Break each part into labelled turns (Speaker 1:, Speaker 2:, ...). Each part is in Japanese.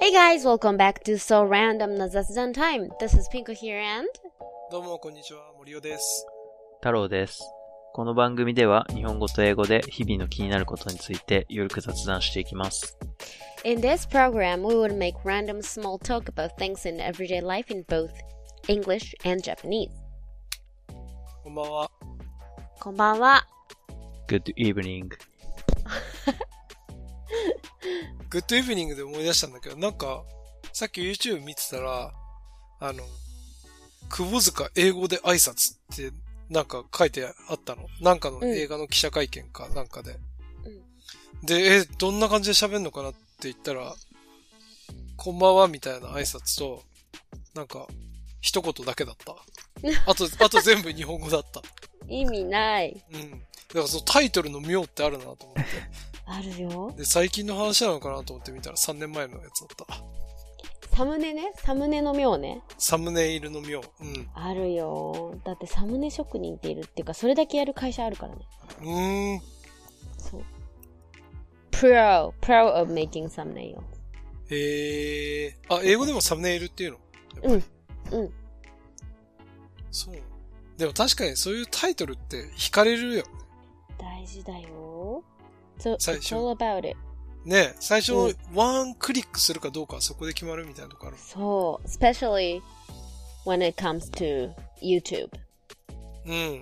Speaker 1: Hey guys, welcome back to So Random の雑談 Time. This is Pinko here and
Speaker 2: どうも、こんにちは。森尾です。
Speaker 3: 太郎です。この番組では日本語と英語で日々の気になることについてゆるく雑談していきます。
Speaker 1: in this program we will make random small talk about things in everyday life in both English and Japanese.
Speaker 2: こんばんは。
Speaker 1: こんばんは。
Speaker 3: Good evening.
Speaker 2: Good Evening で思い出したんだけど、なんか、さっき YouTube 見てたら、あの、窪塚英語で挨拶って、なんか書いてあったの。なんかの
Speaker 1: うん
Speaker 2: 映画の記者会見か、なんかで。
Speaker 1: うん
Speaker 2: で、え、どんな感じで喋るのかなって言ったら、こんばんはみたいな挨拶と、なんか、一言だけ だった。あと、あと全部日本語だった。
Speaker 1: 意味ない。
Speaker 2: うん。だからそのタイトルの妙ってあるなと思って。
Speaker 1: あるよ。
Speaker 2: で、最近の話なのかなと思って見たら3年前のやつだった。
Speaker 1: サムネね。サムネの妙ね。
Speaker 2: サムネイルの妙。うん。
Speaker 1: あるよ。だってサムネ職人っているっていうか、それだけやる会社あるからね。
Speaker 2: うーん。
Speaker 1: そう。pro, pro of making thumbnail.
Speaker 2: へえ。あ、英語でもサムネイルっていうの
Speaker 1: うん。うん。
Speaker 2: そう。でも確かにそういうタイトルって惹かれるよ。
Speaker 1: 大事だよ。So,
Speaker 2: 最
Speaker 1: it's
Speaker 2: 初
Speaker 1: all about it.
Speaker 2: ねえ最初
Speaker 1: う、
Speaker 2: ワンクリックするかどうかはそこで決まるみたいなとこある。
Speaker 1: そう especially when it comes to YouTube.
Speaker 2: うん、うん、うん、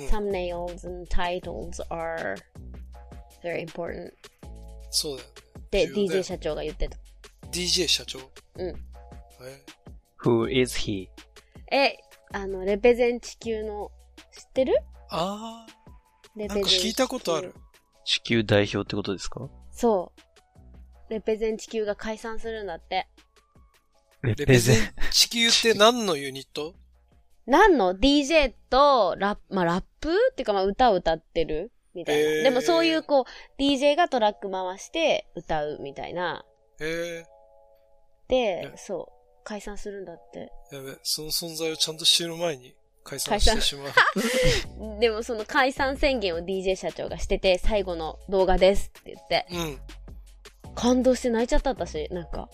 Speaker 2: うん。
Speaker 1: Thumbnails and titles are very important.
Speaker 2: そうだよ。
Speaker 1: で、
Speaker 2: 重要だ
Speaker 1: DJ
Speaker 2: よ
Speaker 1: 社長が言ってた。
Speaker 2: DJ 社長。
Speaker 1: うん
Speaker 2: え
Speaker 3: Who is he?
Speaker 1: え、あの、レペゼン地球の、知ってる
Speaker 2: あ
Speaker 1: レ
Speaker 2: ー、
Speaker 1: ペゼ
Speaker 2: な
Speaker 1: ン
Speaker 2: んか
Speaker 1: 地球
Speaker 2: 聞いたことある。。
Speaker 3: 地球代表ってことですか
Speaker 1: そう。レペゼン地球が解散するんだって。
Speaker 3: レ
Speaker 2: レペゼン。地球って何のユニット
Speaker 1: なんの ?DJ とラップ、まあ、ラップっていうか、まあ、歌を歌ってるみたいな。
Speaker 2: へー
Speaker 1: でもそういう、こう、DJ がトラック回して歌うみたいな。
Speaker 2: へえ。
Speaker 1: で
Speaker 2: う、ん
Speaker 1: そう、解散するんだって。
Speaker 2: やべ、その存在をちゃんと知る前に解散
Speaker 1: 解
Speaker 2: し
Speaker 1: 散
Speaker 2: てしまう。
Speaker 1: でもその解散宣言を DJ 社長がしてて、最後の動画ですって言って、
Speaker 2: うん。
Speaker 1: 感動して泣いちゃった私、なんか。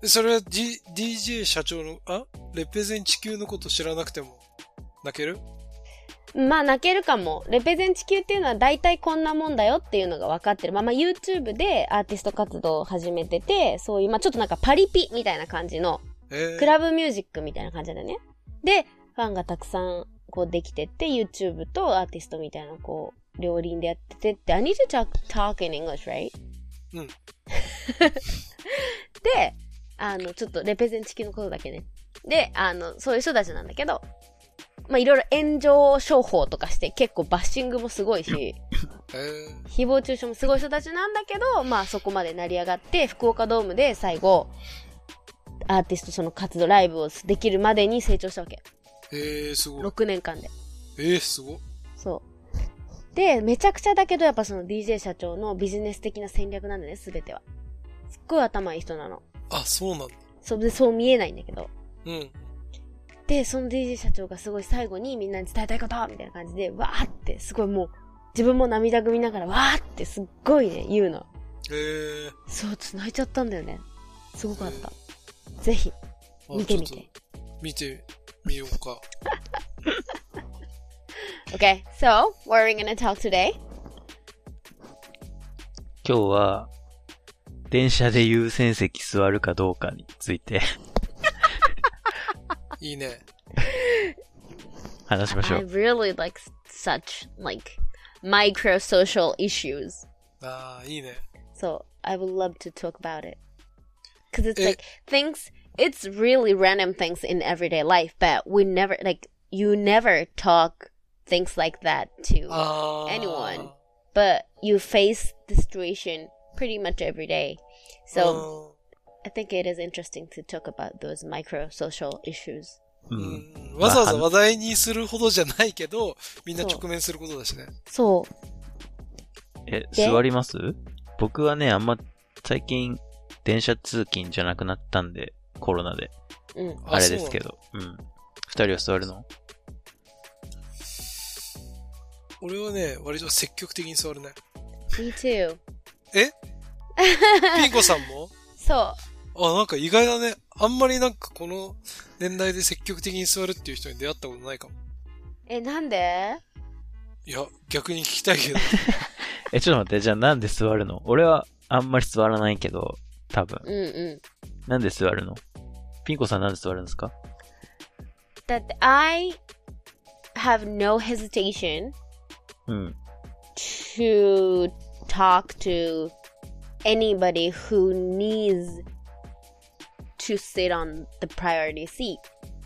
Speaker 2: でそれは、D、DJ 社長の、あレペゼン地球のこと知らなくても泣ける
Speaker 1: まあ泣けるかも。レペゼン地球っていうのは大体こんなもんだよっていうのが分かってる。まあまあ YouTube でアーティスト活動を始めてて、そういう、まあちょっとなんかパリピみたいな感じの、
Speaker 2: えー、
Speaker 1: クラブミュージックみたいな感じだよね。で、ファンがたくさんこうできてって、YouTube とアーティストみたいなこう、両輪でやっててって、I need to talk, talk in English, right?
Speaker 2: うん
Speaker 1: で、あの、ちょっとレペゼン地球のことだけね。で、あの、そういう人たちなんだけど、まあ、いろいろ炎上商法とかして結構バッシングもすごいし、
Speaker 2: え
Speaker 1: 誹謗中傷もすごい人たちなんだけど、まあそこまで成り上がって、福岡ドームで最後、アーティストその活動、ライブをできるまでに成長したわけ。
Speaker 2: ー、えー、すごい。
Speaker 1: 6年間で。
Speaker 2: えー、すごい。
Speaker 1: そう。で、めちゃくちゃだけど、やっぱその DJ 社長のビジネス的な戦略なんだね、すべては。すっごい頭いい人なの。
Speaker 2: あ、そうなんだ。
Speaker 1: そう、で、そう見えないんだけど。
Speaker 2: うん。
Speaker 1: で、その DJ 社長がすごい最後にみんなに伝えたいことみたいな感じで、わーって、すごいもう、自分も涙ぐみながら、わーってすっごいね、言うの。
Speaker 2: えー、
Speaker 1: そう、つないちゃったんだよね。すごかった。ぜひ、
Speaker 2: あ
Speaker 1: 見てみ。
Speaker 2: ちょってと見てみよう か。
Speaker 1: Okay, so, what are we gonna talk today?
Speaker 3: 今日は、電車で優先席座るかどうかについて
Speaker 2: いいね。
Speaker 3: 話しましょ
Speaker 1: I
Speaker 3: う。
Speaker 1: really like s- such, like, micro social issues.
Speaker 2: あー、いいね。
Speaker 1: So, I would love to talk about it. Cause it's
Speaker 2: Eh.
Speaker 1: like, things, it's really random things in everyday life, but we never, like, you never talk things like that to,
Speaker 2: あー。
Speaker 1: Anyone. but you face the situation pretty much every day.
Speaker 2: Uh.
Speaker 1: So,
Speaker 2: う
Speaker 1: I think it is interesting to talk about those micro social issues.
Speaker 3: うんん。
Speaker 2: うんわざわざ話題にするほどじゃないけど、みんな直面することだしね。
Speaker 1: そ
Speaker 3: え、
Speaker 1: で
Speaker 3: 座ります僕はね、あんま最近電車通勤じゃなくなったんで、コロナで。
Speaker 1: う。うん。
Speaker 3: あれですけど。うん。二人は座る
Speaker 2: そ
Speaker 3: の
Speaker 2: うなんだ。俺はね、割と積極的に座るね。
Speaker 1: Me too.
Speaker 2: えピンコさんも
Speaker 1: そ
Speaker 2: あ、なんか意外だね。あんまりなんかこの年代で積極的に座るっていう人に出会ったことないかも。
Speaker 1: う。え、なんで
Speaker 2: いや、逆に聞きたいけど。
Speaker 3: え、ちょっと待って、じゃあなんで座るの俺はあんまり座らないけど、多分。
Speaker 1: うんうん。
Speaker 3: なんで座るのピンコさんなんで座るんですか
Speaker 1: だって、I have no hesitation
Speaker 3: うん。
Speaker 1: to talk to anybody who needs to sit on the priority seat.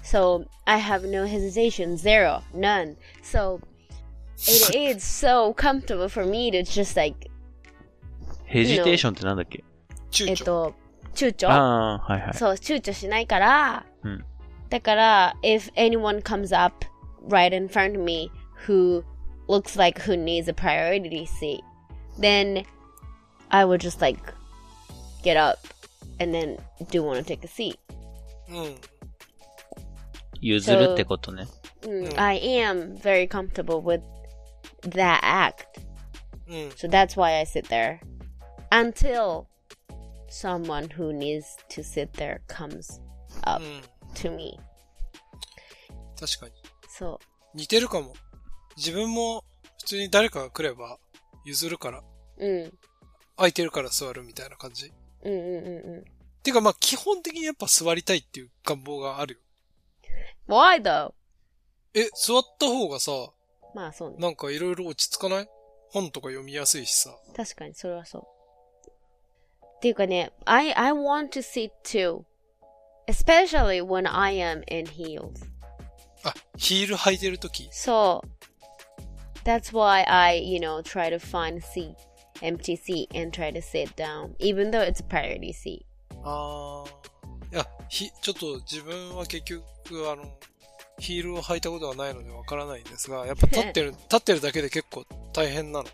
Speaker 1: So I have no hesitation, zero, none. So it is so comfortable for me to just like,
Speaker 3: ヘジテーションってなんだっけ
Speaker 2: 躊
Speaker 1: えっ
Speaker 2: 躇。
Speaker 1: と、躊躇
Speaker 3: ああー、はいはい。
Speaker 1: そう、躊躇しないから、
Speaker 3: うん
Speaker 1: だから、if anyone comes up right in front of me who looks like who needs a priority seat, then I would just like get up and then do want to take a seat.
Speaker 2: うん。
Speaker 3: 譲るってことね。
Speaker 1: Mm,
Speaker 2: うん
Speaker 1: I am very comfortable with that act.
Speaker 2: うん。
Speaker 1: So that's why I sit there until someone who needs to sit there comes
Speaker 2: う
Speaker 1: up
Speaker 2: ん。
Speaker 1: to me.
Speaker 2: 確かに。
Speaker 1: So,
Speaker 2: 似てるかも。自分も普通に誰かが来れば譲るから、
Speaker 1: mm,
Speaker 2: 空いてるから座るみたいな感じ。
Speaker 1: mm, mm, mm, mm.
Speaker 2: てかまあ基本的にやっぱ座りたいっていう願望があるよ。
Speaker 1: Why though?
Speaker 2: え、座った方がさ、
Speaker 1: まあそうね。
Speaker 2: なんかいろいろ落ち着かない本とか読みやすいしさ。
Speaker 1: 確かに、それはそう。っていうかね、I, I want to sit too. Especially when I am in heels.
Speaker 2: あ、ヒール履いてるとき。
Speaker 1: So, that's why I, you know, try to find seat, empty seat, and try to sit down, even though it's a priority seat.
Speaker 2: あー。いや、ひ、ちょっと自分は結局、あの、ヒールを履いたことがないのでわからないんですが、やっぱ立って る、立ってるだけで結構大変なの。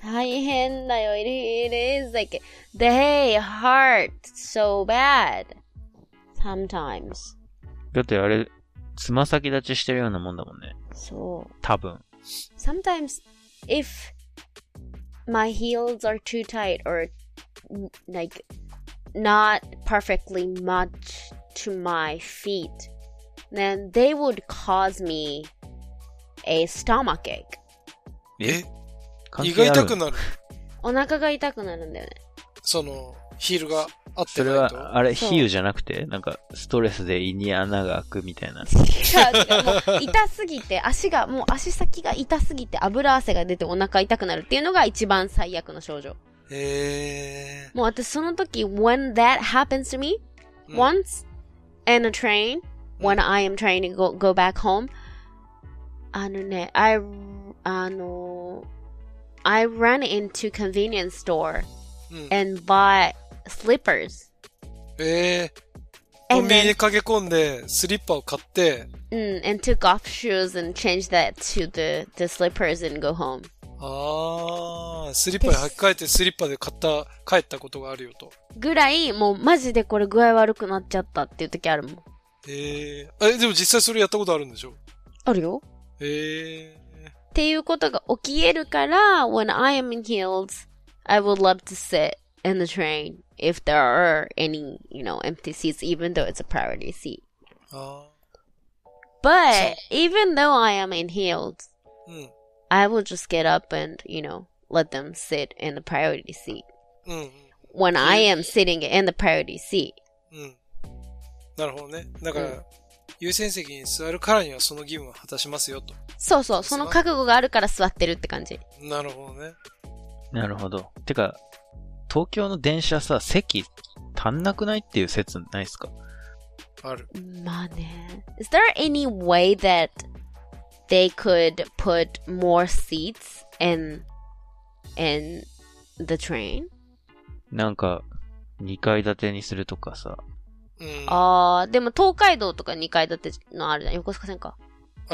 Speaker 1: 大変だよ。It, it is like, they hurt so bad. Sometimes.
Speaker 3: だってあれ、つま先立ちしてるようなもんだもんね。
Speaker 1: そう。
Speaker 3: 多分。
Speaker 1: sometimes if my heels are too tight or n- like not perfectly matched to my feet, then they would cause me a stomach ache.
Speaker 2: え
Speaker 3: 関
Speaker 2: 胃
Speaker 3: 係
Speaker 2: が
Speaker 3: あ
Speaker 2: 痛く
Speaker 3: る
Speaker 2: なる。
Speaker 1: お腹が痛くなるんだ よね。
Speaker 2: その、ヒールが合って
Speaker 3: それ
Speaker 2: ないと。
Speaker 3: は、あれ、
Speaker 1: そう
Speaker 3: 比喩じゃなくて、なんか、ストレスで胃に穴が開くみたいな。
Speaker 1: 違う違う。もう痛すぎて、足が、もう足先が痛すぎて油汗が出てお腹痛くなるっていうのが一番最悪の症状。
Speaker 2: え
Speaker 1: もう私その時、when that happens to me,
Speaker 2: ー。うん
Speaker 1: once in a train when I am trying to go, go back home. あのね、I, あの、I ran into convenience store
Speaker 2: うん。
Speaker 1: and bought slippers.
Speaker 2: えー。コン
Speaker 1: And
Speaker 2: ビニ
Speaker 1: then,
Speaker 2: に駆け込んで、スリッパを買って、
Speaker 1: mm, and took off shoes and changed that to the, the slippers and go home.
Speaker 2: あー、スリッパに履き替えてスリッパで買った、帰ったことがあるよと。
Speaker 1: ぐらい、もうマジでこれ具合悪くなっちゃったっていう時あるもん。
Speaker 2: えー、え、でも実際それやったことあるんでしょ
Speaker 1: あるよ。
Speaker 2: え
Speaker 1: っていうことが起きえるから、when I am in heels, I would love to sit in the train if there are any, you know, empty seats, even though it's a priority seat.
Speaker 2: ー、あ
Speaker 1: But even though I am in heels,
Speaker 2: ー、うん、
Speaker 1: I will just get up and, you know, let them sit in the priority seat.
Speaker 2: うん、うん
Speaker 1: When I am sitting in the priority seat.
Speaker 2: うん。なるほどね。だから、
Speaker 1: うん
Speaker 2: 優先席に座るからにはその義務は果たしますよと。
Speaker 1: そうそう、その覚悟があるから座ってるって感じ。
Speaker 2: なるほどね。
Speaker 3: なるほど。てか、東京の電車さ、席足んなくないっていう説ないっすか
Speaker 2: ある。
Speaker 1: まあね。Is there any way that they could put more seats in in the train?
Speaker 3: なんか、2階建てにするとかさ。
Speaker 2: うん。
Speaker 1: あ
Speaker 2: あ
Speaker 1: あ、でも東海道とか2階建てのあるじゃん。横須賀線か。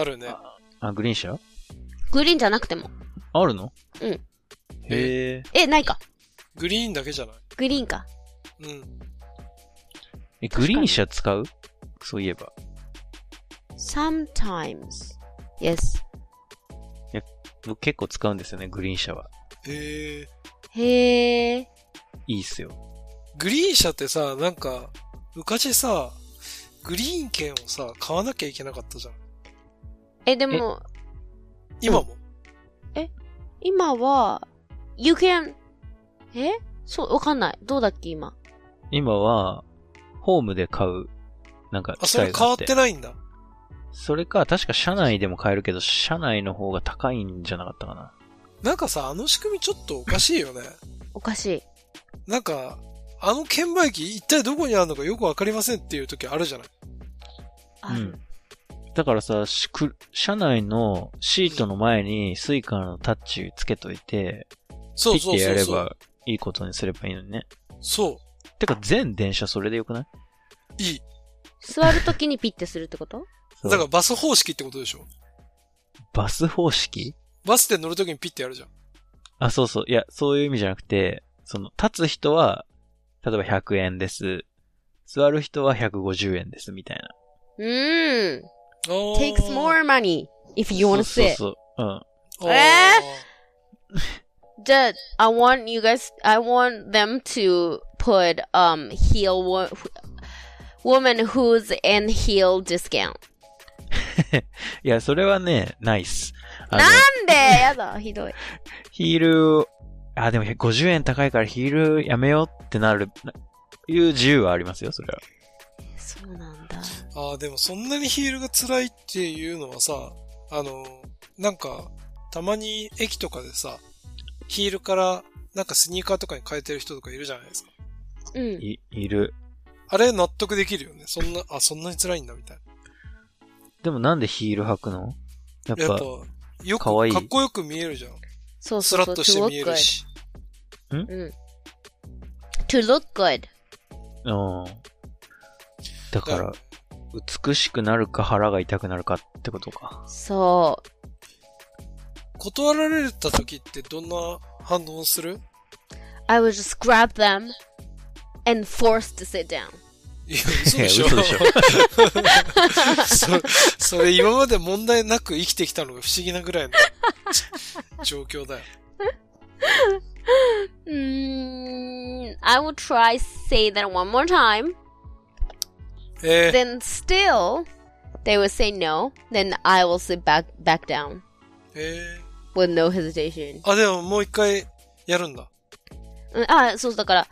Speaker 2: るね。
Speaker 3: あ、グリーン車
Speaker 1: グリーンじゃなくても。
Speaker 3: あるの
Speaker 1: うん
Speaker 3: へえ。
Speaker 1: え、ないか。
Speaker 2: グリーンだけじゃない。
Speaker 1: グリーンか。
Speaker 2: うん。
Speaker 3: え、
Speaker 1: かに
Speaker 3: グリーン車使うそういえば。
Speaker 1: Sometimes. Yes.
Speaker 3: 僕結構使うんですよね、グリーン車は。
Speaker 2: えー、
Speaker 1: へえ。
Speaker 3: いいっすよ。
Speaker 2: グリーン車ってさ、なんか、昔さ、グリーン券をさ、買わなきゃいけなかったじゃん。
Speaker 1: え、でも、
Speaker 2: 今も。
Speaker 1: 今は、you can, えそう、わかんない。どうだっけ、今。
Speaker 3: 今は、ホームで買う、なんか
Speaker 2: あ、
Speaker 3: 機
Speaker 2: それ
Speaker 3: 械が
Speaker 2: 変
Speaker 3: あ
Speaker 2: わ
Speaker 3: っ。
Speaker 2: っててないんだ。
Speaker 3: それか、確か車内でも買えるけど、車内の方が高いんじゃなかったかな。
Speaker 2: なんかさ、あの仕組みちょっとおかしいよね。
Speaker 1: おかしい。
Speaker 2: なんか、あの券売機一体どこにあるのかよくわかりませんっていう時あるじゃない。
Speaker 1: ある。
Speaker 3: うん。だからさ、しく車内のシートの前にスイカのタッチつけといて、
Speaker 2: そう
Speaker 3: ピッ
Speaker 2: そう
Speaker 3: てや
Speaker 2: そう
Speaker 3: れ
Speaker 2: そう。
Speaker 3: ばいいことにすればいいのにね。
Speaker 2: そ。
Speaker 3: てか、全電車それでよくないう
Speaker 2: いい。
Speaker 1: 座るときにピッてするってこと
Speaker 3: そ
Speaker 2: だ
Speaker 3: う
Speaker 2: からバス方式ってことでしょ。
Speaker 3: バス方式
Speaker 2: バスで乗るときにピッてやるじゃん。
Speaker 3: あ、そうそう。いや、そういう意味じゃなくて、その、立つ人は、例えば100円です。座る人は150円です、みたいな。
Speaker 1: うーん。
Speaker 2: あー
Speaker 1: takes more money if you wanna
Speaker 3: そう
Speaker 1: sit.
Speaker 3: そうそう。うん。
Speaker 2: あー
Speaker 1: えじゃあ、I want you guys, I want them to put, um, heel, wo- woman who's in heel discount.
Speaker 3: いや、それはね、ナイス。あの
Speaker 1: な、んで やだ、ひどい。
Speaker 3: ヒール、あ、でも50円高いからヒールやめようってなる、ないう自由はありますよ、それは。
Speaker 1: そうなんだ。
Speaker 2: あーでもそんなにヒールが辛いっていうのはさ、あの、なんか、たまに駅とかでさ、ヒールから、なんかスニーカーとかに変えてる人とかいるじゃないですか。
Speaker 1: うん。
Speaker 3: い、いる。
Speaker 2: あれ納得できるよね。そんな、あ、そんなに辛いんだみたい
Speaker 3: でもなんでヒール履くのやっ
Speaker 2: な。やっ
Speaker 3: ぱ、
Speaker 2: ぱ、よく、
Speaker 3: かわいい
Speaker 2: かっこよく見えるじゃん。
Speaker 1: そう
Speaker 2: ス
Speaker 1: そう
Speaker 2: ラ
Speaker 1: そ
Speaker 2: ッ
Speaker 1: う。
Speaker 2: として見える
Speaker 1: good.
Speaker 2: し。
Speaker 1: うん。to look good.
Speaker 3: うん。だから、美しくなるか腹が痛くなるかってことか。
Speaker 1: そう。
Speaker 2: 断られた時ってどんな反応する
Speaker 1: I would just grab them and force to sit down.
Speaker 2: いや、嘘でしょ。
Speaker 3: いや嘘でし
Speaker 2: そそれ今まで問題なく生きてきたのが不思議なぐらいの 状況だよ。
Speaker 1: Mm, I will try say that one more time.
Speaker 2: え
Speaker 1: Then still, they will say no. Then I will sit back back down
Speaker 2: ー、え
Speaker 1: with no hesitation.
Speaker 2: ー、あ、でももう一回やるんだ。
Speaker 1: うんあ、そうだから。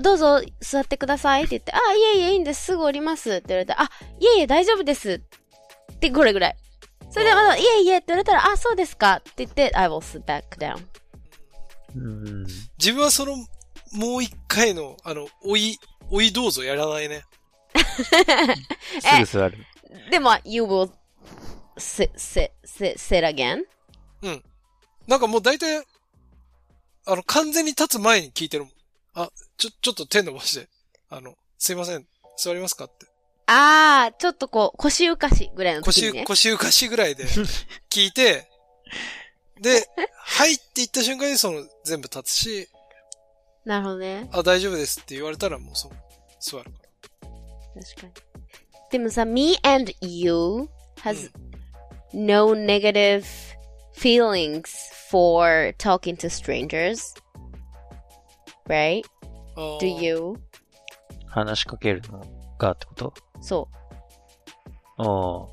Speaker 1: どうぞ座ってくださいって言って、あ、いえいえいいんです。すぐ降りますって言われて、あ、いえいえ大丈夫です。ってこれぐらい。それでまだ、いえいえって言われたら、あ、そうですかって言って、I will sit back down.
Speaker 3: うん。
Speaker 2: 自分はその、もう一回の、あの、おい、おいどうぞやらないね。
Speaker 3: すぐ座る。
Speaker 1: でも、you will sit, sit, sit, sit again?
Speaker 2: なんかもう大体、あの、完全に立つ前に聞いてるもん。あ、ちょ、ちょっと手伸ばして。あの、すいません、座りますかって。
Speaker 1: あー、ちょっとこう、腰浮かしぐらいの時に、
Speaker 2: 腰、
Speaker 1: ね。
Speaker 2: 腰浮かしぐら いで聞いて、で、はいって言った瞬間にその全部立つし、
Speaker 1: なるほどね。
Speaker 2: あ、大丈夫ですって言われたらもうそう、座るか
Speaker 1: 確かに。でもさ、me and you
Speaker 2: ら。
Speaker 1: has no negative feelings for talking to strangers. Right?
Speaker 2: う
Speaker 1: Do
Speaker 2: んあー
Speaker 1: you?
Speaker 3: 話しかけるのがってこと
Speaker 1: そ
Speaker 3: ああ。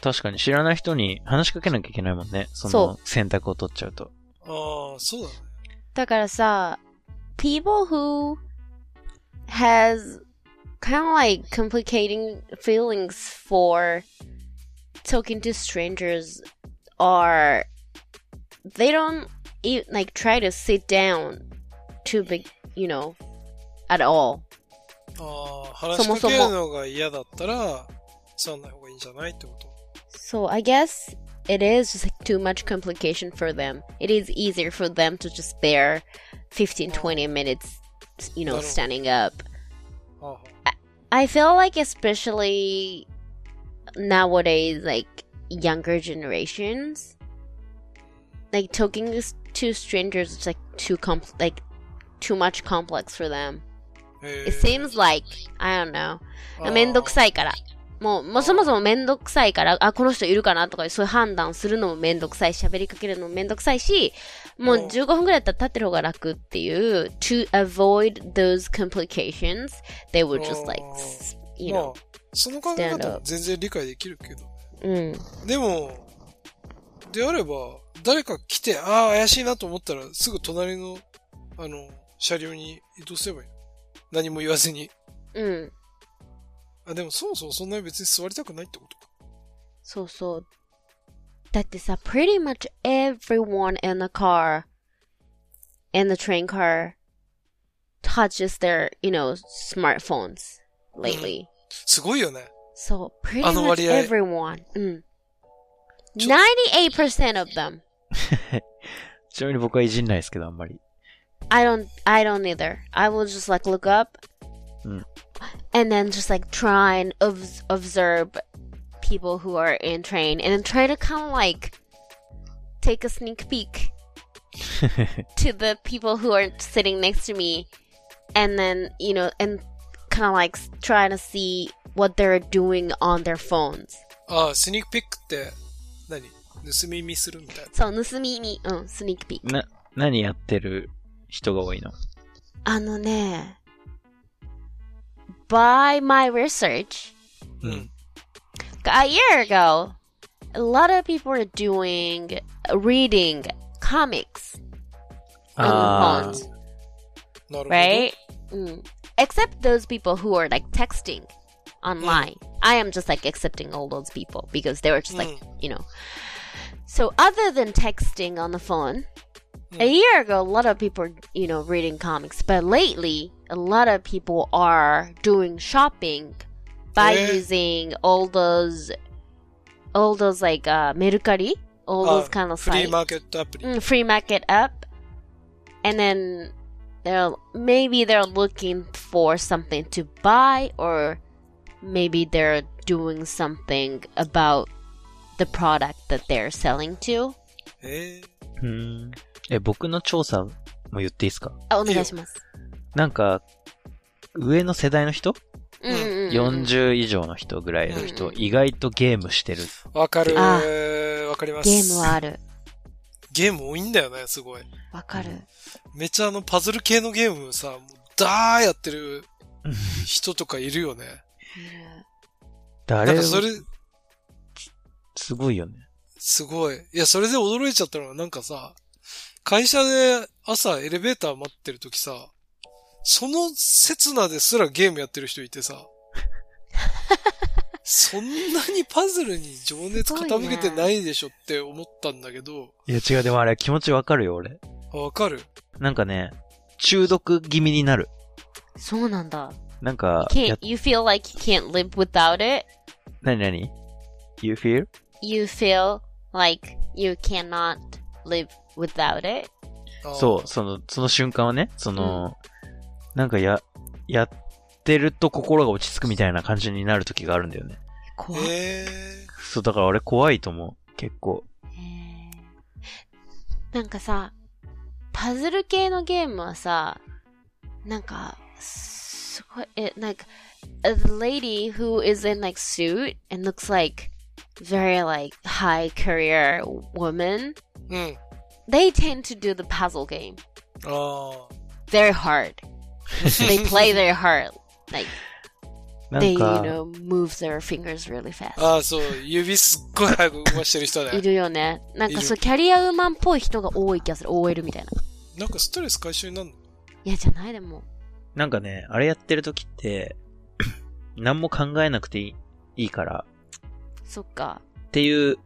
Speaker 3: 確かに知らない人に話しかけなきゃいけないもんね。その選択を取っちゃうと。
Speaker 2: あー、そうだね。
Speaker 1: う。だからさ、people who has kind of like complicating feelings for talking to strangers are they don't e like try to sit down to be you know at all
Speaker 2: ああ、話しかけるのが嫌だったら、座んない方がいいんじゃないってこと。
Speaker 1: So I guess it is just like too much complication for them. It is easier for them to just bear 15 20 minutes, you know,
Speaker 2: Totally.
Speaker 1: standing up.
Speaker 2: ああ
Speaker 1: I feel like especially nowadays like younger generations like talking s- to strangers is like too compl- like too much complex for them.
Speaker 2: え
Speaker 1: It seems like I don't know.
Speaker 2: あー
Speaker 1: めんどくさいから。もう、もうそもそもめんどくさいから、あ、この人いるかなとか、そういう判断するのもめんどくさいし、喋りかけるのもめんどくさいし、もう
Speaker 2: うん
Speaker 1: 15分くらいだったら立ってる方が楽っていう、to avoid those complications, they would just like,
Speaker 2: うん
Speaker 1: s- you
Speaker 2: ま
Speaker 1: know,
Speaker 2: あ、その考え方も全然理解できるけど。
Speaker 1: うん、
Speaker 2: でも、であれば、誰か来て、ああ、怪しいなと思ったら、すぐ隣の、あの、車両に移動すればいい。何も言わずに。
Speaker 1: うん、
Speaker 2: あ、でもそもそもそんなに別に座りたくないってことか。
Speaker 1: そうそう。だってさ、pretty much everyone in the car, in the train car, touches their, you know, smartphones lately.
Speaker 2: すごいよね。
Speaker 1: So pretty
Speaker 2: あの
Speaker 1: much
Speaker 2: 割合
Speaker 1: everyone. うん。
Speaker 2: ちょ
Speaker 1: 98% of them.
Speaker 3: ちなみに僕はいじんないですけど、あんまり。
Speaker 1: I don't I don't either. I will just like look up
Speaker 3: うん。
Speaker 1: and then just like try and obs- observe people who are in train and then try to kind of like take a sneak peek to the people who are sitting next to me and then, you know, and kind of like s- try to see what they're doing on their phones.
Speaker 2: ああ、スニークピックって何、盗み見するみたいな。
Speaker 1: So, 盗みに、うん、スニークピーク。
Speaker 3: な、何やってる人が多いの
Speaker 1: あのね、by my research,
Speaker 3: うん
Speaker 2: うん。
Speaker 1: a year ago, a lot of people are doing reading comics on
Speaker 3: あ
Speaker 1: the
Speaker 3: ー
Speaker 1: phones,
Speaker 2: なるほど。
Speaker 1: right? うん Except those people who are like texting online. I am just like accepting all those people because they were just like, you know. So, other than texting on the phone, a year ago, a lot of people, are, you know, reading comics, but lately, a lot of people are doing shopping by
Speaker 2: Eh?
Speaker 1: using all those, all those like uh, Mercari, all
Speaker 2: あ
Speaker 1: those kind of
Speaker 2: フリー
Speaker 1: sites,
Speaker 2: マーケットアプリ。
Speaker 1: Mm, free market up, and then they're maybe they're looking for something to buy, or maybe they're doing something about the product that they're selling to.
Speaker 2: えー
Speaker 3: うーん。え、僕の調査も言っていいですか
Speaker 1: Oh, お願いします。
Speaker 3: なんか、上の世代の人、
Speaker 1: うんうんうんうん
Speaker 3: ?40 以上の人ぐらいの人、意外とゲームしてる。
Speaker 2: わかる
Speaker 1: あ
Speaker 2: わかります。
Speaker 1: ゲームはある。
Speaker 2: ゲーム多いんだよね、すごい。
Speaker 1: わかる。
Speaker 2: めっちゃあの、パズル系のゲームさ、もうダーやってる人とかいるよね。
Speaker 3: だあ
Speaker 2: なん
Speaker 3: れ
Speaker 2: か、それ、
Speaker 3: すごいよね。
Speaker 2: すごい。いや、それで驚いちゃったのは、なんかさ、会社で朝エレベーター待ってるときさ、その刹那ですらゲームやってる人いて さ、そんなにパズルに情熱傾けてないでしょって思ったんだけど、
Speaker 3: いや違う、でもあれ気持ちわかるよ、俺。
Speaker 2: あわかる
Speaker 3: なんかね、中毒気味になる。
Speaker 1: そうなんだ。
Speaker 3: なんか、や
Speaker 1: Can't, you feel like you can't live without it?
Speaker 3: なになに ?You feel?
Speaker 1: You feel like you cannot live without it?
Speaker 2: あ
Speaker 3: そう、その、その瞬間はね、その、なんかや、やってると心が落ち着くみたいな感じになる時があるんだよね。
Speaker 1: 怖い。
Speaker 2: え
Speaker 3: そう、だから俺怖いと思う。結構。
Speaker 1: なんかさ、パズル系のゲームはさ、なんか、すごい、え、like, the lady who is in like suit and looks like very like high career woman,
Speaker 2: ー、うん。
Speaker 1: they tend to do the puzzle game.
Speaker 2: あ
Speaker 1: very hard. they play their heart. Like
Speaker 3: な
Speaker 1: they,
Speaker 3: ん
Speaker 1: you
Speaker 3: か、
Speaker 1: know, move their fingers really fast.
Speaker 2: あ、ああ、そう、指すっごい早く動かしてる人だ
Speaker 1: い
Speaker 2: よ。
Speaker 1: るよね。なんか
Speaker 2: いる
Speaker 1: そう、キャリアウーマンっぽい人が多い気がする。OL みたいな。
Speaker 2: なんかストレス解消になるの
Speaker 1: いや、じゃないでも。
Speaker 3: なんかね、あれやってる時って、 何も考えなくていいいいから、
Speaker 1: そっか。
Speaker 3: っていう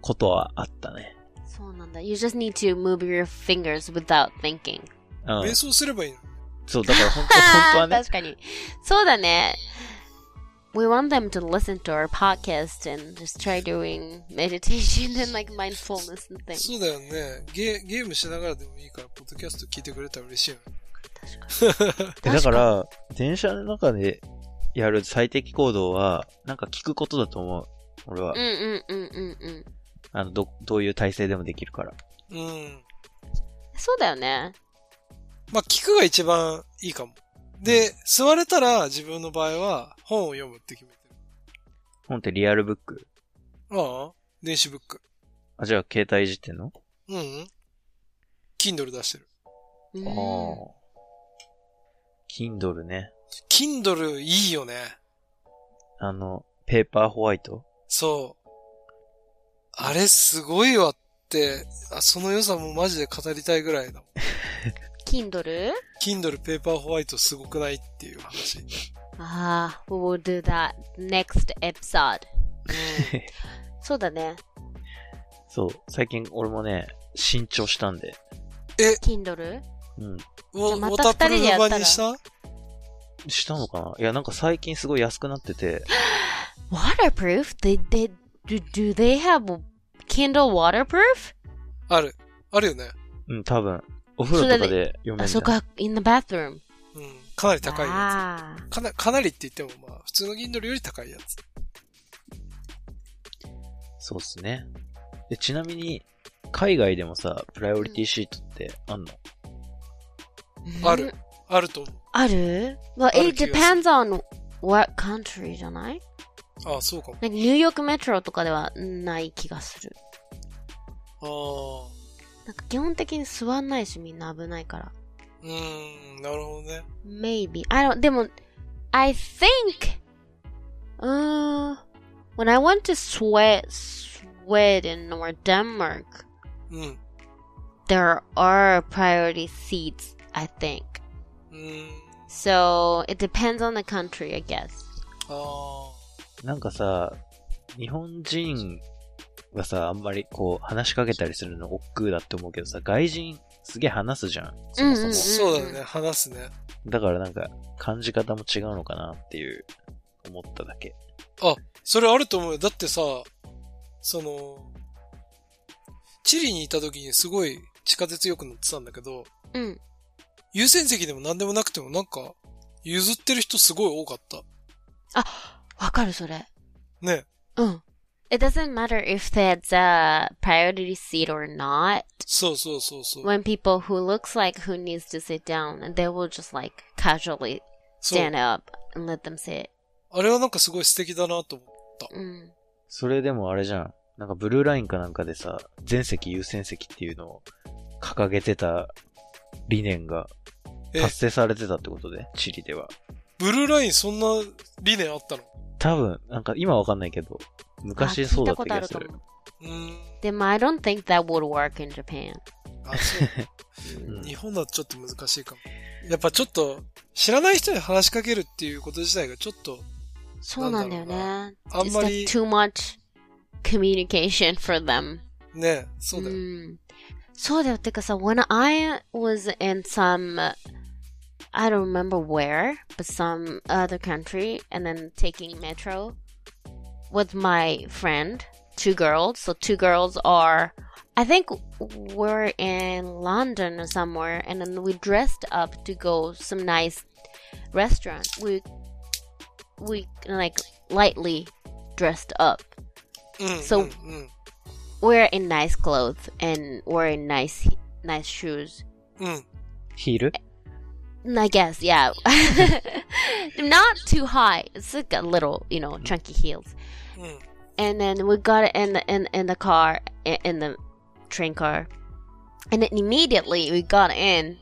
Speaker 3: ことはあったね。
Speaker 1: そうなんだ。You just need to move your fingers without thinking.
Speaker 3: うん
Speaker 2: 瞑。想すればいいの
Speaker 3: そう、だから本 当本当はね
Speaker 1: 確、かに。そうだね。We want them to listen to our podcast and just try doing meditation and like mindfulness and things.
Speaker 2: そうだよね。ゲゲームしながらでもいいから、ポッドキャスト聞いてくれたら嬉しいよね。
Speaker 3: えだから、電車の中でやる最適行動は、なんか聞くことだと思う。俺は
Speaker 1: うん、うんうんうんうん。
Speaker 3: あの、ど、どういう体勢でもできるから。
Speaker 2: うん。
Speaker 1: そうだよね。
Speaker 2: まあ、聞くが一番いいかも。で、座れたら自分の場合は本を読むって決めてる。
Speaker 3: 本ってリアルブック
Speaker 2: ああ、電子ブック。
Speaker 3: あ、じゃあ携帯いじってんの
Speaker 2: うん、うん。Kindle 出してる。
Speaker 1: うん
Speaker 3: ああ。Kindle ね。
Speaker 2: Kindle いいよね。
Speaker 3: あの、ペーパーホワイト
Speaker 2: そう。あれすごいわって、あその良さもマジで語りたいぐらいだもん。
Speaker 1: Kindle?
Speaker 2: Kindle ペーパーホワイトすごくないっていう話。
Speaker 1: Ah, we will do that next episode. そうだね。
Speaker 3: そう。最近俺もね、新調したんで。
Speaker 1: Kindle?
Speaker 3: うん。
Speaker 2: ウォ
Speaker 1: じゃあ
Speaker 2: ウォ
Speaker 1: ま
Speaker 2: ータ
Speaker 1: た
Speaker 2: ープ
Speaker 1: 二
Speaker 2: ル
Speaker 1: 人でや
Speaker 2: ー
Speaker 1: っ
Speaker 2: バ
Speaker 1: たら
Speaker 2: ーにした
Speaker 3: したのかないや、なんか最近すごい安くなってて。
Speaker 1: Waterproof? They, they, do, do they have Kindle waterproof?
Speaker 2: ある。あるよね。
Speaker 3: うん、多分。お風呂とかで読めるんだ
Speaker 1: あ、そっか、in the bathroom.
Speaker 2: うん。かなり高いや
Speaker 1: あ
Speaker 2: つ。かなかなりって言ってもまあ、普通の Kindle より高いやつ。
Speaker 3: そうっすね。で、ちなみに、海外でもさ、プライオリティシートってあんの
Speaker 1: ー
Speaker 2: ある。。あると思う。
Speaker 1: ある ?Well,
Speaker 2: ある
Speaker 1: it
Speaker 2: 気がす
Speaker 1: depends on what country じゃない
Speaker 2: ああ、そうかも。
Speaker 1: なんかニューヨークメトロとかではない気がする。
Speaker 2: ああ。
Speaker 1: なんか基本的に座んないしみんな危ないから。
Speaker 2: うーん、なるほどね。
Speaker 1: Maybe. I don't, でも、I think, uh, when I went to Swe Sweden or Denmark,
Speaker 2: うん。
Speaker 1: there are priority seats, I think.
Speaker 2: うーん。
Speaker 1: So, it depends on the country, I guess.
Speaker 2: あ
Speaker 3: なんかさ、日本人がさ、あんまりこう、話しかけたりするの億劫だって思うけどさ、外人すげえ話すじゃん。そもそ
Speaker 2: あ。
Speaker 3: も。
Speaker 1: うん
Speaker 2: そうだよね。話すね。
Speaker 3: だからなんか、感じ方も違うのかなっていう、思っただけ。
Speaker 2: それあると思うよ。だってさ、その、チリにいた時にすごい地下鉄よく乗ってたんだけど、
Speaker 1: うん。
Speaker 2: 優先席でも何でもなくてもなんか、譲ってる人すごい多かった。
Speaker 1: あ、わかるそれ。
Speaker 2: ね。
Speaker 1: うん。It Mm. doesn't matter if that's a priority seat or not.
Speaker 2: そうそうそうそう。
Speaker 1: When people who looks like who needs to sit down, they will just like casually
Speaker 2: そう
Speaker 1: stand。up and let them sit. Mm.
Speaker 2: あれはなんかすごい素敵だなと思う。
Speaker 1: うん。
Speaker 3: それでもあれじゃん。なんかブルーラインかなんかでさ、全席優先席っていうのを掲げてた理念が
Speaker 2: え
Speaker 3: 達成されてたってことで、チリでは。
Speaker 2: ブルーラインそんな理念あったの
Speaker 3: 多分、なんか今わかんないけど、昔そうだった気がす
Speaker 1: あ聞いたことある
Speaker 3: る
Speaker 1: か。も
Speaker 2: うーん。
Speaker 1: でも、I don't think that would work in Japan.
Speaker 2: あ、そう。
Speaker 3: うん
Speaker 2: 日本だとちょっと難しいかも。やっぱちょっと、知らない人に話しかけるっていうこと自体がちょっと、
Speaker 1: そうなんだよね。
Speaker 2: あん
Speaker 1: It's
Speaker 2: ま
Speaker 1: like
Speaker 2: り、
Speaker 1: too much communication for them.
Speaker 2: ね、そうだよ。
Speaker 1: んそうだよ。てかさ、when I was in some, I don't remember where, but some other country, and then taking metro with my friend, two girls. So two girls are, I think we're in London or somewhere, and then we dressed up to go some nice restaurant. We, we like lightly dressed up.
Speaker 2: うん。
Speaker 1: そう
Speaker 2: うんうん。
Speaker 1: we're in nice clothes and we're in nice nice shoes.
Speaker 2: うん。
Speaker 3: ヒール
Speaker 1: I guess, yeah. Not too high. It's like a little, you know, chunky heels.
Speaker 2: うん。
Speaker 1: And then we got in the in, in the car i- in the train car, and then immediately we got in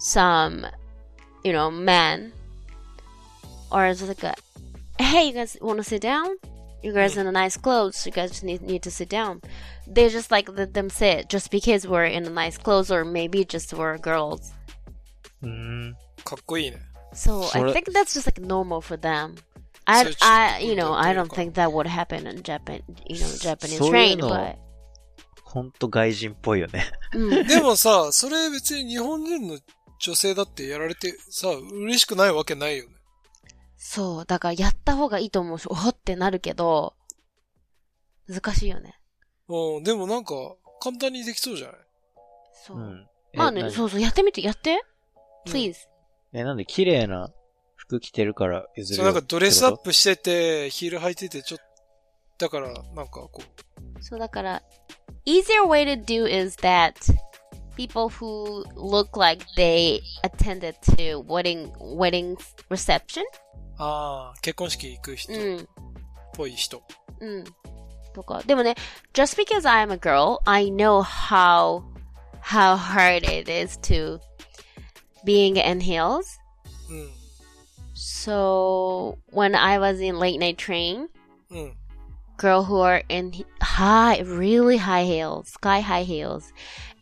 Speaker 1: some, you know, man. Or it's like a, hey, you guys want to sit down? You guys in the nice clothes. You guys just need need to sit down. They just like let them sit just because we're in the nice clothes, or maybe just we're girls.
Speaker 3: うーん。
Speaker 2: かっこいいね。
Speaker 1: So I
Speaker 3: Sort-
Speaker 1: think that's just like normal for them. I,
Speaker 2: So it's just
Speaker 1: I,
Speaker 2: people
Speaker 1: you know,
Speaker 2: don't
Speaker 1: I
Speaker 2: do it
Speaker 1: don't
Speaker 2: co-
Speaker 1: think that would happen in Japan, you know, Japanese
Speaker 3: So you
Speaker 1: train,
Speaker 3: know-
Speaker 1: but.
Speaker 3: ほんと外人っぽいよね。
Speaker 1: うん
Speaker 2: でもさ、 それ別に日本人の女性だってやられてさ、嬉しくないわけないよね。
Speaker 1: そう。だからやった方がいいと思うし、おほってなるけど、難しいよね。
Speaker 2: うん、でもなんか、簡単にできそうじゃない
Speaker 1: そうう。
Speaker 3: ん。え
Speaker 1: まあね、
Speaker 3: なに
Speaker 1: そうそう、やってみて、やって。
Speaker 2: うん
Speaker 1: please.
Speaker 3: え、なんで綺麗な服着てるから譲
Speaker 2: そう、
Speaker 3: るよ
Speaker 2: な
Speaker 3: っ
Speaker 2: んか
Speaker 3: てこと
Speaker 2: ドレスアップしてて、ヒール履いてて、ちょっと、だから、なんかこう、
Speaker 1: そうだから、easier way to do is that people who look like they attended to wedding, wedding reception?
Speaker 2: ああ、結婚式行く人。
Speaker 1: うん。
Speaker 2: ぽい人。
Speaker 1: うん。とか。でもね、just because I'm a girl, I know how, how hard it is to being in heels.
Speaker 2: うん。
Speaker 1: So when I was in late night train,
Speaker 2: うん。
Speaker 1: girl who are in he- high, really high heels, sky high heels,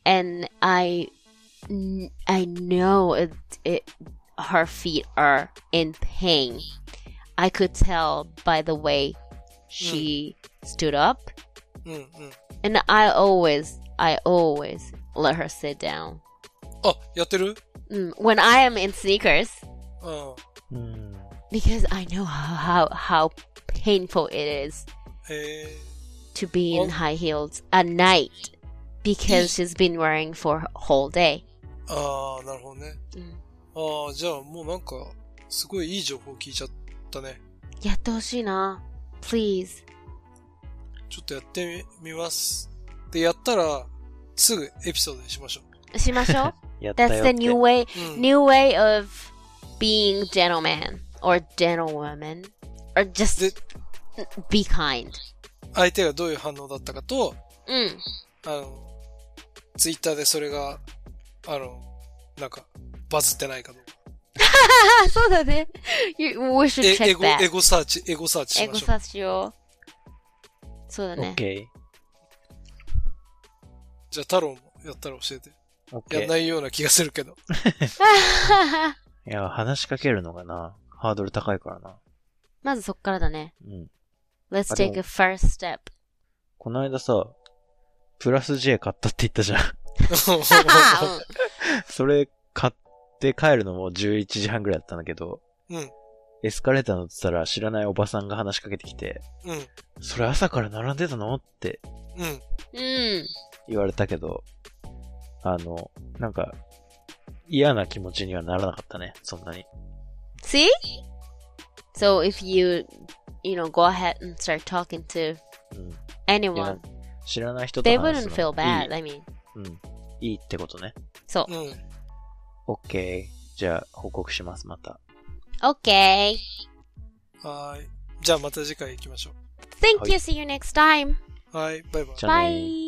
Speaker 1: and I, kn- I know it, it, her feet are in pain. I could tell by the way she stood up,
Speaker 2: うん。うん。
Speaker 1: and I always, I always let her sit down.
Speaker 2: あ、やってる
Speaker 1: Mm, When I am in sneakers,
Speaker 2: うん。
Speaker 3: うん。
Speaker 1: because I know how how, how painful it is.
Speaker 2: へえ。
Speaker 1: to be in
Speaker 2: Oh.
Speaker 1: high heels at night because she's been wearing for a whole day.
Speaker 2: ああ、なるほどね。
Speaker 1: うん
Speaker 2: ああ、じゃあもうなんか、すごいいい情報聞いちゃったね。
Speaker 1: やってほしいな。Please.
Speaker 2: ちょっとやってみみます。で、やったら、すぐエピソードにしましょ
Speaker 1: しましょう
Speaker 3: やったよ
Speaker 1: That's the
Speaker 3: って
Speaker 1: new way,
Speaker 2: う。うん。
Speaker 1: new way of being gentleman or gentlewoman or
Speaker 2: で
Speaker 1: just be kind.
Speaker 2: 相手がどういう反応だったかと、
Speaker 1: うん。
Speaker 2: あの、ツイッターでそれが、あの、なんか、バズってないかどうか。
Speaker 1: あ、そうだね。You, we should
Speaker 2: え、エ
Speaker 1: check
Speaker 2: ゴ、エ
Speaker 1: that.
Speaker 2: ゴサーチ、エゴサーチ
Speaker 1: エ
Speaker 2: しま
Speaker 1: ゴ
Speaker 2: しょう。
Speaker 1: さしよう。そうだね。
Speaker 3: OK。
Speaker 2: じゃあ太郎もやったら教えて。やん
Speaker 3: OK。
Speaker 2: ないような気がするけど。
Speaker 3: いや、話しかけるのがな、ハードル高いからな。
Speaker 1: まずそっからだね。
Speaker 3: うん。
Speaker 1: Let's
Speaker 3: あでも
Speaker 1: take a first step.
Speaker 3: この間さ、プラス J 買ったって言ったじゃん。 それ買って帰るのも11時半ぐらいだったんだけど、
Speaker 2: うん。
Speaker 3: エスカレーター乗ってたら知らないおばさんが話しかけてきて、
Speaker 2: うん。
Speaker 3: それ朝から並んでたのって
Speaker 2: うん。
Speaker 1: うん。
Speaker 3: 言われたけど、あの、なんか、嫌な気持ちにはならなかったね、そんなに。
Speaker 1: See? So if you, you know, go ahead and start talking to
Speaker 3: うん。いや
Speaker 1: anyone,
Speaker 3: 知らない人と
Speaker 1: they
Speaker 3: 話す
Speaker 1: wouldn't feel
Speaker 3: のい
Speaker 1: bad.
Speaker 3: い
Speaker 1: I mean,
Speaker 3: うん。いいってことね。
Speaker 1: so
Speaker 2: うん。
Speaker 3: OK。じゃあ、報告します、また。
Speaker 1: okay.
Speaker 2: はーい。じゃあまた次回行きましょ
Speaker 1: Thank
Speaker 3: Oh,
Speaker 1: you. See you next time.
Speaker 2: う。はい。バイバイ。
Speaker 3: じゃあね
Speaker 1: Bye.